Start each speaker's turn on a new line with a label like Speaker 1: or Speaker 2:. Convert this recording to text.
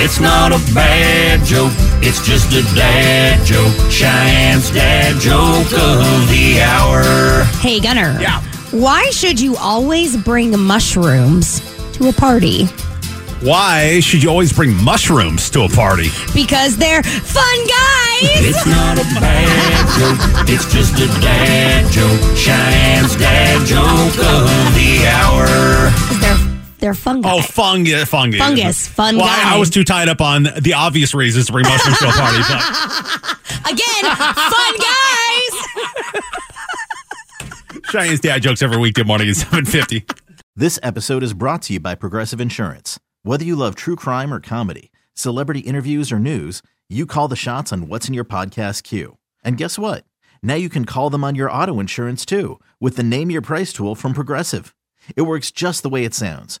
Speaker 1: It's not a bad joke, it's just a dad joke. Cheyenne's dad joke of the hour.
Speaker 2: Hey, Gunner.
Speaker 1: Yeah.
Speaker 2: Why should you always bring mushrooms to a party?
Speaker 3: Why should you always bring mushrooms to a party?
Speaker 2: Because they're fun guys.
Speaker 1: It's not a bad joke, it's just a dad joke. Cheyenne's dad joke of the hour.
Speaker 2: 'Cause they're they're fun
Speaker 3: Oh,
Speaker 2: guys.
Speaker 3: fungus, fungus,
Speaker 2: Fungus, fun
Speaker 3: Well, I-
Speaker 2: guy.
Speaker 3: I was too tied up on the obvious reasons to bring mushrooms to a party, but
Speaker 2: Again, fun guys.
Speaker 3: Cheyenne's dad jokes every weekday morning at seven fifty.
Speaker 4: This episode is brought to you by Progressive Insurance. Whether you love true crime or comedy, celebrity interviews or news, you call the shots on what's in your podcast queue. And guess what? Now you can call them on your auto insurance too with the Name Your Price tool from Progressive. It works just the way it sounds.